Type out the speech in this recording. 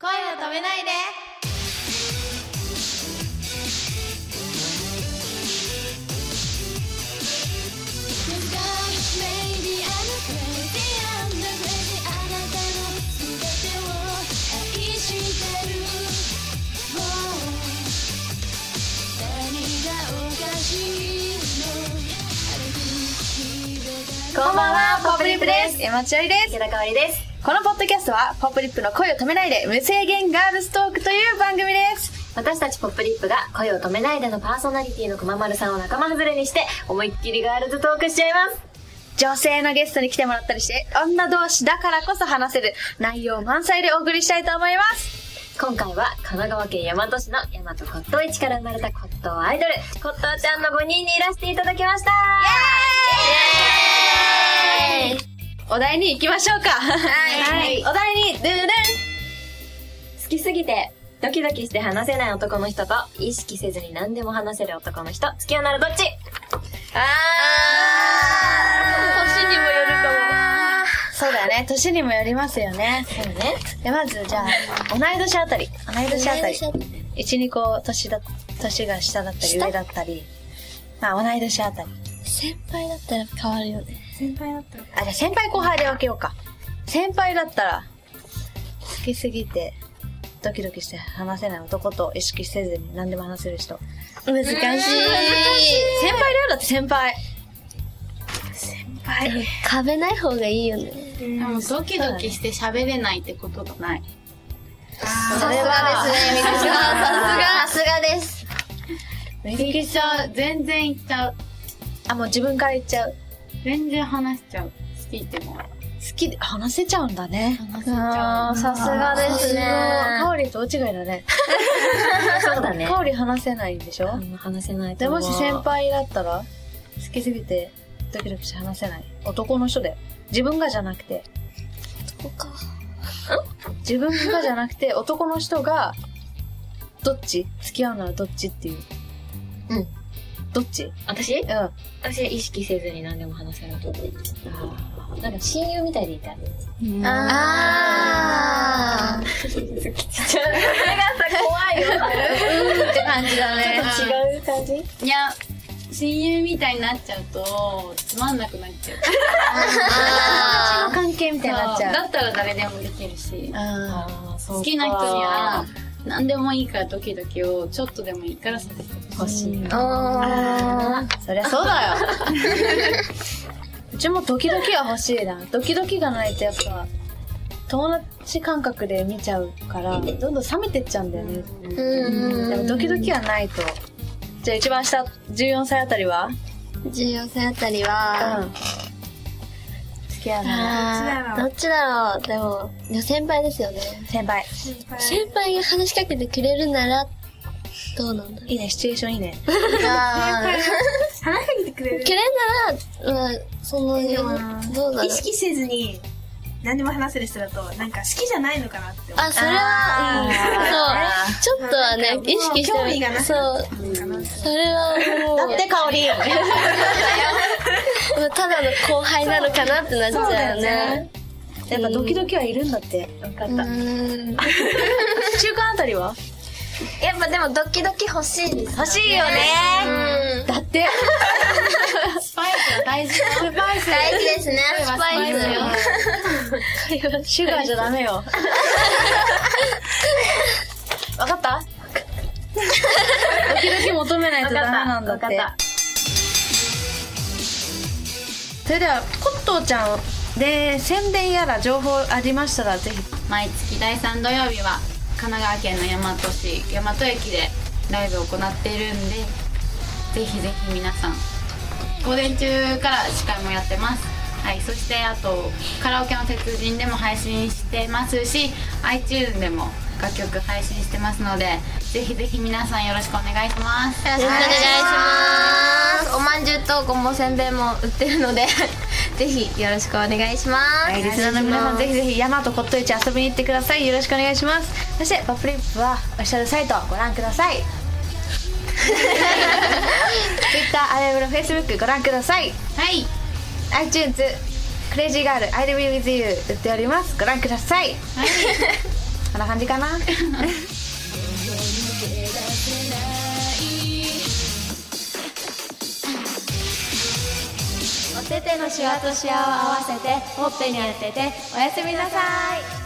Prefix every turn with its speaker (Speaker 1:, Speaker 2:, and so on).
Speaker 1: 声を止めないで
Speaker 2: こんばんは、ポップリップです。山千織です。
Speaker 1: 田香織です
Speaker 2: このポッドキャストは、ポップリップの声を止めないで、無制限ガールストークという番組です。
Speaker 1: 私たちポップリップが声を止めないでのパーソナリティのくままるさんを仲間外れにして思いっきりガールズトークしちゃいます
Speaker 2: 女性のゲストに来てもらったりして、女同士だからこそ話せる内容満載でお送りしたいと思います。
Speaker 1: 今回は神奈川県大和市の大和骨董市から生まれた骨董アイドル骨董ちゃんの5人にいらしていただきましたイエーイ
Speaker 2: お題に行きましょうか。はいお題に、ドゥルン
Speaker 1: 好きすぎてドキドキして話せない男の人と意識せずに何でも話せる男の人好きになるどっち
Speaker 2: あ
Speaker 1: 年にもよるかも
Speaker 2: そうだよね、年にもよりますよね。
Speaker 1: そうね
Speaker 2: で、まず、じゃあ、同い年あたり。同い年あたり。一、二個年だ、年が下だったり、
Speaker 1: 下
Speaker 2: 上だったり。まあ、同い年あたり。
Speaker 3: 先輩だったら変わるよね。
Speaker 1: 先輩だった
Speaker 2: あ、じゃあ先輩後輩で分けようか。先輩だったら、好きすぎて、ドキドキして話せない男と意識せずに何でも話せる人。
Speaker 3: 難しい。
Speaker 2: 先輩だよ、だって先 輩。先輩。
Speaker 3: 壁ない方がいいよね。
Speaker 4: でもドキドキして喋れないってことがない。
Speaker 3: さ
Speaker 2: それは
Speaker 3: ね、ミキさん。さすが。さすがです。
Speaker 4: ミキちゃう。全然行っちゃう。
Speaker 2: あ、もう自分から言っちゃう。
Speaker 4: 全然話しちゃう。好きっても。
Speaker 2: 好きで、話せちゃうんだね。
Speaker 4: 話せちゃう。
Speaker 2: さすがですね
Speaker 3: あー。
Speaker 2: カオリと大違いだね。
Speaker 1: そうだね
Speaker 2: カオリ話せないんでしょ
Speaker 1: あんま話せない
Speaker 2: で、
Speaker 1: と思
Speaker 2: も
Speaker 1: う
Speaker 2: し先輩だったら、好きすぎて、ドキドキして話せない。男の人で。自分がじゃなくて、
Speaker 3: ここか。
Speaker 2: 自分がじゃなくて男の人がどっち付き合うならどっちっていう
Speaker 1: うん
Speaker 2: どっち
Speaker 1: 私
Speaker 2: うんあ
Speaker 1: 私は意識せずに何でも話せるとなんか親友みたいでいたい。
Speaker 4: うん
Speaker 3: あー。
Speaker 1: ちょっと長さ怖いよ。
Speaker 2: ーって感じだね
Speaker 1: 違う感じ
Speaker 4: いや、親友みたいになっちゃうと、つまんなくなっちゃう。
Speaker 2: の関係みたいになっち
Speaker 4: そう
Speaker 2: ゃう
Speaker 4: だったら誰でもできるし。
Speaker 2: あ
Speaker 4: 好きな人には、何でもいいからドキドキをちょっとでもいいからさせてほしい。
Speaker 3: あ
Speaker 2: ーそりゃそうだようちもドキドキは欲しいなドキドキがないとやっぱ友達感覚で見ちゃうからどんどん冷めてっちゃうんだよね、
Speaker 3: ー。うん。
Speaker 2: でもドキドキはないとじゃあ一番下14歳あたりは
Speaker 3: 14歳あたりは、
Speaker 2: 付き合うなら
Speaker 3: あーどっちだろう。でも、でも先輩ですよね。
Speaker 2: 先輩
Speaker 3: 先輩が話しかけてくれるなら、どうなんだろう。
Speaker 2: いいねシチュエーションいいね
Speaker 3: 話しかけてくれるくれんなら、まあ、その、どうだろう。
Speaker 5: 意識せずに何でも話せる人だとなんか好きじゃないのかなって思
Speaker 3: あ、それは、うんそう。ちょっとはね
Speaker 5: も、う
Speaker 3: 意識して
Speaker 5: 興味がなくなっち
Speaker 3: そ
Speaker 5: ゃ
Speaker 3: う。
Speaker 5: うかな
Speaker 3: それはもう、
Speaker 2: だって香り
Speaker 3: まあただの後輩なのかなってなっちゃうよね。
Speaker 2: やっぱドキドキはいるんだって分かっ
Speaker 3: うーん。
Speaker 2: 中間あたりは
Speaker 3: やっぱでもドキドキ欲しいです。
Speaker 2: 欲しいよね
Speaker 3: うん。
Speaker 2: だって
Speaker 4: スパイスは大事だ。スパイス
Speaker 3: 大事ですね、スパイス。
Speaker 2: シュガーじゃダメ よ分かったドキドキ求めないとダメなんだって
Speaker 1: わかっ
Speaker 2: それではコットーちゃんで宣伝やら情報ありましたらぜひ
Speaker 4: 毎月第3土曜日は神奈川県の大和市大和駅でライブを行っているんでぜひぜひ皆さん午前中から司会もやってますはいそしてあとカラオケの鉄人でも配信してますし iTunes でも楽曲配信してますのでぜひぜひ皆さんよろしくお願いします
Speaker 3: よろしくお願いします。おまんじゅうとごんぼうせんべいも売ってるので、ぜひよろしくお願いします。
Speaker 2: はい、リスナーの皆さんぜひぜひ山と骨董市遊びに行ってくださいよろしくお願いしますそしてパプリップはオフィシャルサイトをご覧くだ さい Twitter アレブロ Facebook ご覧ください
Speaker 4: はい
Speaker 2: iTunes クレイジーガール I'll be with you 売っておりますご覧ください
Speaker 1: こんな感じかなお手手のシワとシワを合わせてほっぺに当てておやすみなさい